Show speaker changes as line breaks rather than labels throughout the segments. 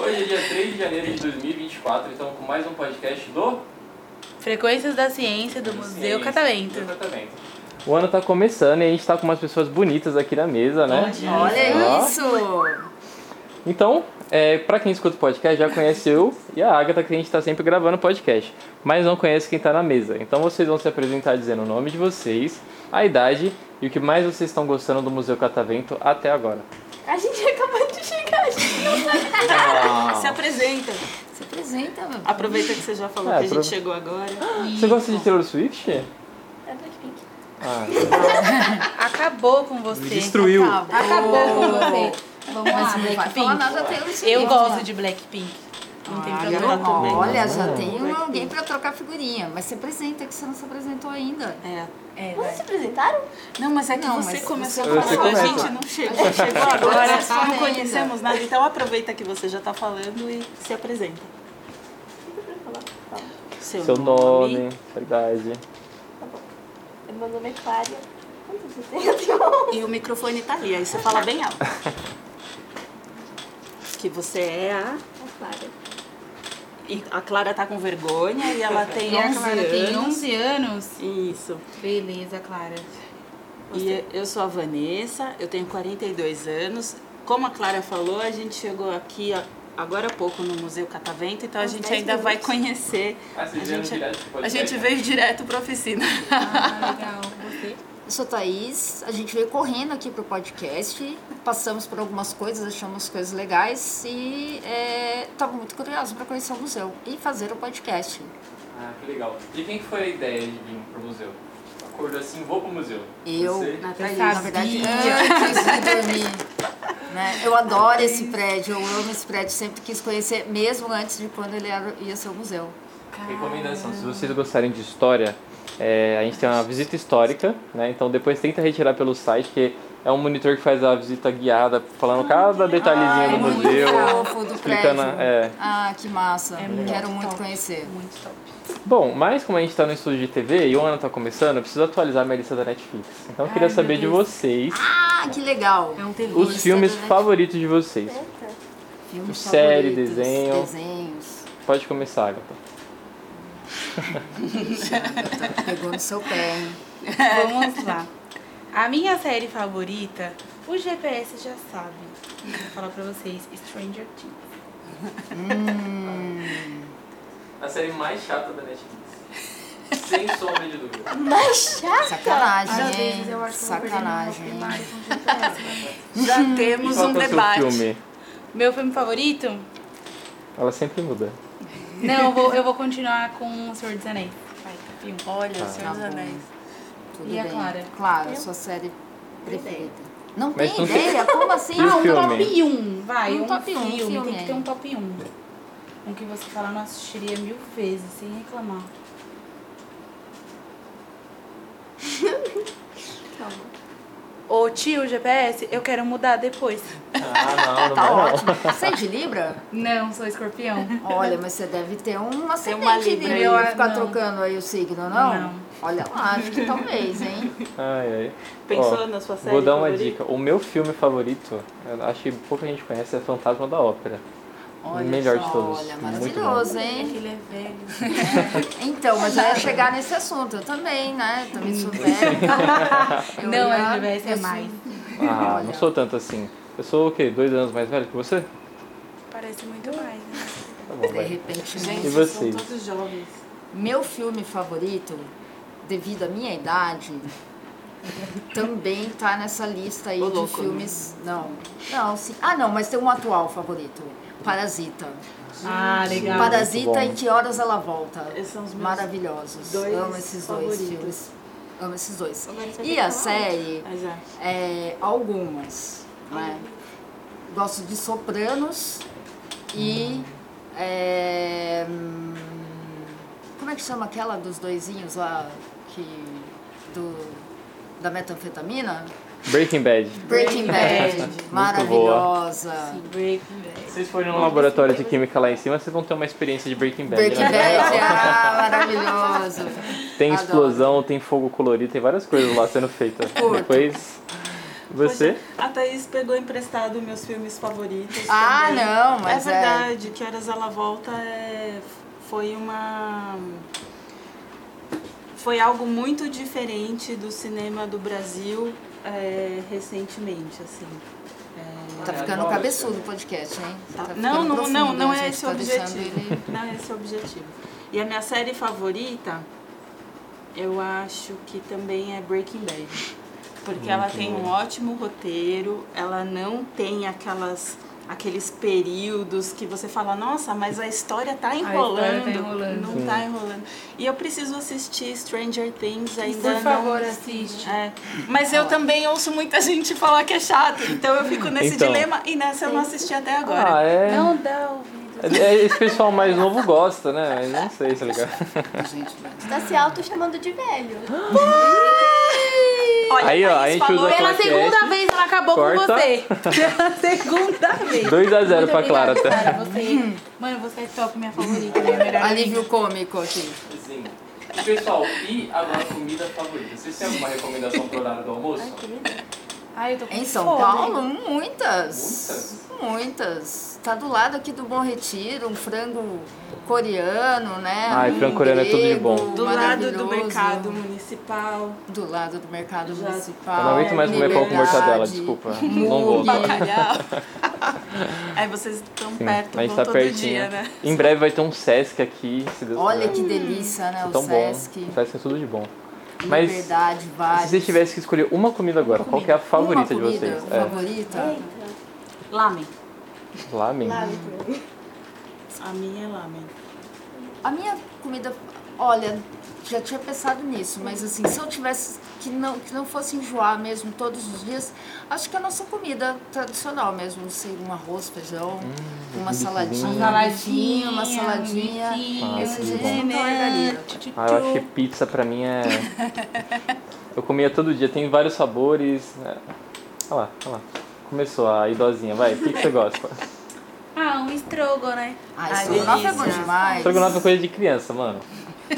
Hoje é dia 3 de janeiro de 2024 e estamos com mais um podcast do
Frequências da Ciência do Museu
Ciência,
Catavento.
Museu Catavento.
O ano tá começando e a gente tá com umas pessoas bonitas aqui na mesa, né?
Olha
Ó.
isso!
Então, é, para quem escuta o podcast, já conhece eu e a Agatha, que a gente tá sempre gravando podcast, mas não conhece quem tá na mesa. Então vocês vão se apresentar dizendo o nome de vocês, a idade e o que mais vocês estão gostando do Museu Catavento até agora.
A gente acabou de chegar, a gente
Ah.
Se apresenta.
se apresenta, meu.
Aproveita que você já falou
É,
que a gente
apro-
chegou agora.
Você gosta de Taylor Swift?
É Blackpink.
Ah,
Acabou com você.
destruiu.
Acabou com você.
Vamos lá,
Mas
não vai
Blackpink.
falar nada Taylor Swift.
Eu gosto de Blackpink. Não tem problema também.
Olha, já tem um-
É.
alguém pra trocar figurinha. Mas se apresenta, que você não se apresentou ainda.
É,
Vocês se apresentaram?
Não, mas é que
Não,
você
mas
começou
você
a falar.
começa.
A gente não chegou, chegou agora. assim,
Você tá
não
ainda.
conhecemos nada. Então aproveita que você já tá falando e se apresenta.
seu nome, verdade.
Meu nome é Clária. Quantos você tem? Eu tenho
E o microfone tá ali, aí você fala bem alto. Que você é a.
a Clária.
E a Clara tá com vergonha e ela tem
E a
11
Clara
anos.
tem 11 anos.
Isso.
Beleza, Clara.
E eu sou a Vanessa, eu tenho 42 anos. Como a Clara falou, a gente chegou aqui a- agora há pouco no Museu Catavento, então a gente
10
ainda vai conhecer.
Ah, vocês
a
vieram
gente,
direto pro
a
podcast,
gente
né?
veio direto pra oficina.
Ah, legal. Você?
Eu
Eu sou Thaís, a gente veio correndo aqui pro podcast, passamos por algumas coisas, achamos coisas legais e é, tava muito curioso pra conhecer o museu e fazer o podcast.
Ah, que legal. De quem que foi a ideia de vir pro museu? Acordou assim, vou pro museu.
Eu,
Você?
Na né?
né?
verdade, antes de dormir. né? Eu adoro esse prédio, eu amo esse prédio, sempre quis conhecer, mesmo antes de quando ele era- ia ser um museu.
Recomendação, se vocês gostarem de história, é, a gente tem uma visita histórica, né? Então depois tenta retirar pelo site, que é um monitor que faz a visita guiada, falando cada
Ai,
detalhezinho do
muito
museu.
fofo do
explicando,
prédio.
é.
Ah, que massa.
É
Quero muito conhecer.
Muito top.
Bom, mas como a gente tá no estúdio de TV e o ano tá começando, eu preciso atualizar minha lista da Netflix. Então eu queria saber de vocês
Ah, que legal.
É um TV.
os
lista
filmes
da
né?
Netflix.
favoritos de vocês.
Eita.
Filmes
Série,
favoritos,
desenho.
Desenhos.
Pode começar, Agatha.
Pegou no seu pé, hein?
Vamos lá. A minha série favorita, o GPS já sabe. Vou falar pra vocês, Stranger Things.
A série mais chata da Netflix. Sem sombra de dúvida.
Mais
Ah,
chato.
Sacanagem,
Meu
hein?
Deus, tá. eu acho que eu vou perder um
Sacanagem.
meu primário com GPS.
Já
E
temos
qual
um
que é o seu
debate.
filme?
Meu filme favorito?
Ela sempre muda.
Não, eu vou, eu vou continuar com O Senhor dos Anéis. Vai, filme.
Olha, Senhor dos
Tá bom.
Anéis.
Tudo
E a
bem.
Clara?
Claro, sua série preferida. Não
Mas
tem
não sei-
ideia? Como assim?
E o
Ah, um
filme?
top 1, vai.
Um
Um,
top um, um
filme,
filme
tem que ter
aí.
um top 1. Um que você fala, não assistiria mil vezes, sem reclamar. Tá
Ô tio GPS, eu quero mudar depois.
Ah, não, não
Tá
vai não.
ótimo. Você é de Libra?
Não, sou escorpião.
Olha, mas você deve ter um
Tem uma
ascendente
Libra
Libra
aí.
vai ficar
Não.
trocando aí o signo, não?
Não.
Olha lá, acho que talvez, hein?
Ai, ai.
Pensou
Ó,
na sua série
Vou dar uma
favorita?
dica. O meu filme favorito, eu acho que pouca gente conhece, é Fantasma da Ópera.
Olha
o melhor
só,
de todos.
Olha,
Muito bom.
maravilhoso,
É que
hein?
ele é velho.
Então, mas eu ia chegar nesse assunto, eu também, né? Também sou velha. Eu
Não,
ia-
é Libra, esse é
eu sou-
mais.
um-
Ah,
Olha.
não sou tanto assim. Eu sou o quê? Dois anos mais velho que você?
Parece muito mais, né?
Tá bom,
De
vai.
repente, né?
Gente,
E
são
vocês?
todos jovens.
Meu filme favorito, devido à minha idade, também tá nessa lista aí
Ô,
de
louco,
filmes. Não. Não, sim. Ah, não, mas tem um atual favorito. Parasita.
Ah, legal.
bom.
Parasita e Que Horas Ela Volta.
Esses são os meus
Maravilhosos.
dois
Amo esses
favoritos. é
dois filmes. Amo esses dois.
Agora você vai ter
E
que
a
falar
série,
Mas é.
é, algumas, né? Gosto de Sopranos e. é, hum, como é que chama aquela dos doisinhos lá que. Do, da metanfetamina?
Breaking Bad.
Breaking Bad,
Breaking
maravilhosa.
Breaking Bad.
Se vocês forem num Um laboratório de química lá em cima, vocês vão ter uma experiência de Breaking Bad.
Breaking
né?
Bad, ah, maravilhoso.
Tem
Adoro.
explosão, tem fogo colorido, tem várias coisas lá sendo feitas.
Curto.
Depois. Você?
A Thaís pegou emprestado meus filmes favoritos.
Ah,
também.
não, mas
é
é.
verdade, Que Horas Ela Volta é- foi uma. Foi algo muito diferente do cinema do Brasil é, recentemente, assim.
Tá ficando cabeçudo o podcast, hein? Tá
Tá.
ficando
Não, não,
profundo,
não, não
hein,
é
gente?
esse
Tá
o
deixando
objetivo.
ele-
Não, esse é o objetivo. E a minha série favorita, eu acho que também é Breaking Bad. Porque ela tem um ótimo roteiro, ela não tem aquelas aqueles períodos que você fala, nossa, mas a história tá enrolando.
história tá enrolando.
Não tá enrolando. E eu preciso assistir Stranger Things ainda
Por favor, assiste.
não. É. Mas eu também ouço muita gente falar que é chato, então eu fico nesse
Então.
dilema e nessa eu não assisti até agora.
Ah, é.
Não dá ouvido.
É, Esse pessoal mais novo gosta, né? Eu Não sei, tá ligado?
Gente, mas-
Tá se auto-chamando de velho.
Olha,
Aí, ó, a
Thaís
gente
falou- é
usa
Pela
Claquete.
segunda vez ela acabou
Corta.
com você. Pela segunda vez.
2 a 0
Muito
pra Clara,
obrigada,
tá?
Clara, você- Mano, você é top, minha favorita, minha melhor amiga.
Alívio cômico aqui.
Sim. E, Pessoal, e a nossa comida favorita? Vocês têm alguma recomendação pro horário do almoço?
Ai, eu tô com
Em São
fome.
Paulo, muitas. Muitas. Tá do lado aqui do Bom Retiro, um frango coreano, né?
Ai,
Um
frango coreano é tudo de bom.
grego
Do lado do
maravilhoso.
mercado municipal,
Do lado do mercado
Já.
municipal.
Eu não aguento mais comer pão com
Liberdade.
mortadela, desculpa. Não
Mugue.
gosto.
bacalhau. Aí vocês estão
Sim,
perto,
a gente
vão
tá
todo dia,
pertinho.
né?
Em breve vai ter um Sesc aqui, se Deus
Olha
quiser.
que delícia, né? O
tão bom.
Sesc.
Sesc é tudo de bom. Mas se
Liberdade, vários.
vocês tivessem que escolher uma comida agora, qual que é a
Uma
favorita de
comida
vocês? É,
Favorita?
Eita.
Lamen.
lamen.
Lá, Vitor.
A minha é lamen.
A minha comida, olha, já tinha pensado nisso, mas assim, se eu tivesse que não, que não fosse enjoar mesmo todos os dias, acho que a nossa comida tradicional mesmo, não sei, um arroz, feijão, uma
um bifinho.
saladinha, um bifinho, uma saladinha.
um
bifinho,
Ah,
Esse
tudo
jeito
bom.
não
né?
enganaria.
Ah, eu acho que pizza pra mim é. Eu comia todo dia, tem vários sabores. né? Olha lá, olha lá. Começou a idosinha, vai, o que, que você gosta?
Ah, um estrogo, né?
Ai,
Ai,
estrogonofe é
Ah, delícia.
bom demais.
Estrogonofe é coisa de criança, mano.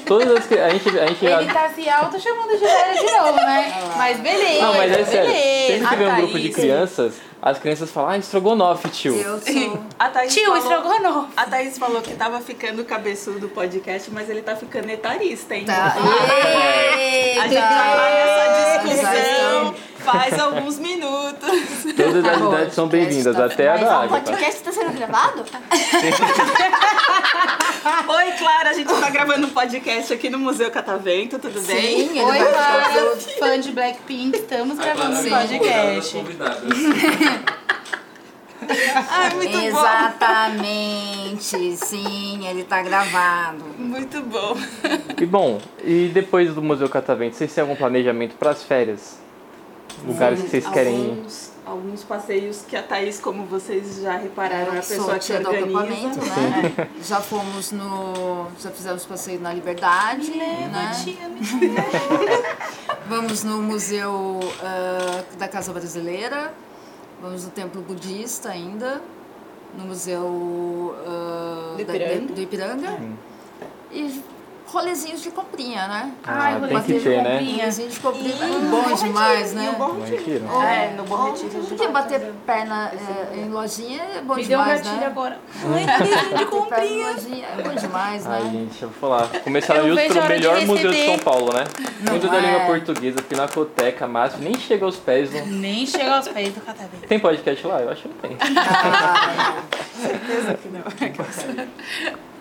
Todas as que. A gente. A gente
Ele tá se auto chamando de velho de novo, né?
Ah.
Mas beleza.
Não, mas é sério.
beleza.
Sempre que vem um
Ah,
grupo
Thaís.
de crianças, as crianças falam, ah, estrogonofe, tio.
Eu sou.
A Thaís
Tio,
falou...
estrogonofe.
A Thaís falou que tava ficando cabeçudo do podcast, mas ele tá ficando etarista, hein?
Tá.
A gente já vai essa discussão faz alguns minutos.
Todas as
Tá bom,
idades são
podcast
bem-vindas,
tá-
até a
mas
da
é um
O
Agatha.
podcast tá sendo gravado?
Oi, Clara, a gente tá gravando um podcast aqui no Museu Catavento, tudo bem?
Sim, ele
Oi,
vai
Clara, fã de Blackpink, estamos gravando um podcast.
Ai, é muito bom.
Exatamente, sim, ele tá gravado.
Muito bom.
E bom, e depois do Museu Catavento, vocês têm algum planejamento pras férias? Lugares que vocês querem ir?
alguns, alguns passeios que a Thaís, como vocês já repararam, é a
Sou
pessoa que
tia do
organiza.
acampamento, né? Já fomos no. Já fizemos passeio na Liberdade. né?
Tia, me
Vamos no Museu ah, da Casa Brasileira. Vamos no Templo Budista ainda. No Museu ah,
Do
da-
Ipiranga.
do Ipiranga. E rolezinhos de comprinha, né?
Ah,
vou
tem
fazer
que ter, né?
comprinha.
Rolezinho de comprinha é bom demais, né?
um
Mentira.
É, no Bom Retiro.
Porque bater perna eh, em lojinha é bom
Me deu um
demais,
gatilho
né?
agora. Ai, que desenho de
Bater perna em
comprinha.
lojinha é bom demais, né?
Ai, gente, eu vou falar. Começaram
Eu
justo
vejo a
pelo
hora de
melhor museu de
receber.
São Paulo, né?
Não
Muito da
é.
língua portuguesa, Pinacoteca, Márcio, nem chega aos pés. Não...
Nem chegou aos pés do catavento.
Tem podcast lá? Eu acho que não tem.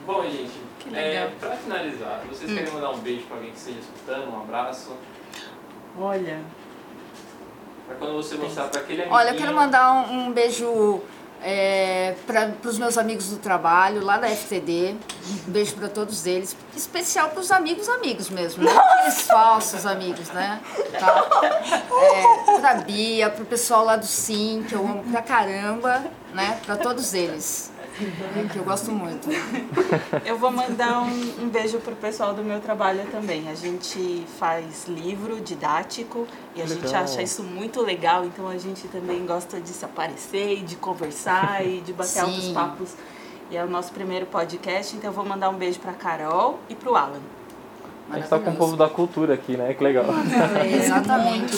Bom, gente, é,
legal.
pra finalizar, vocês
Hum.
querem mandar um beijo pra alguém que esteja escutando, um abraço?
Olha,
Pra É quando você mostrar pra aquele amiguinho...
Olha, eu quero mandar um, um beijo para os meus amigos do trabalho, lá da FTD. Um beijo para todos eles. Especial para os amigos amigos mesmo, né? Aqueles falsos amigos, né? Tá? É, pra Bia, pro pessoal lá do Sim, que eu amo pra caramba, né? Pra todos eles. que eu gosto muito.
Eu vou mandar um, um beijo pro pessoal do meu trabalho também. A gente faz livro didático e a gente
Legal.
acha isso muito legal, então a gente também gosta de se aparecer e de conversar e de bater altos
Sim.
papos. E é o nosso primeiro podcast, então eu vou mandar um beijo pra Carol e pro Alan.
A gente tá com o povo da cultura aqui, né? Que legal.
Uhum. Exatamente.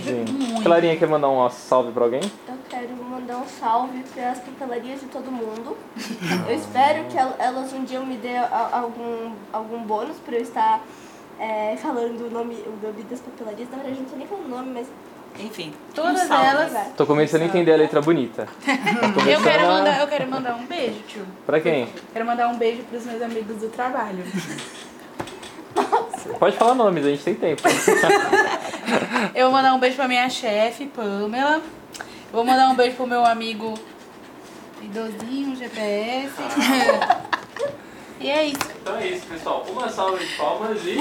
Gente. Clarinha quer mandar um salve pra alguém?
Eu quero mandar um salve para as papelarias de todo mundo. Eu espero que el- elas um dia me dê a- algum, algum bônus para eu estar é, falando o nome, o nome das papelarias. Na verdade, eu não tô nem falando o nome, mas um né?
Enfim,
Todas
salve.
elas.
vai.
Tô começando a entender a letra bonita. Tô
Eu
começando
quero,
a-
mandar, eu quero mandar um beijo, tio.
Pra quem?
Quero mandar um beijo pros meus amigos do trabalho.
Pode falar nomes, a gente tem tempo.
Eu vou mandar um beijo pra minha chefe, Pamela. Eu vou mandar um beijo pro meu amigo idosinho, GPS. e é isso.
Então é isso, pessoal.
Uh!
Uma salva de palmas e.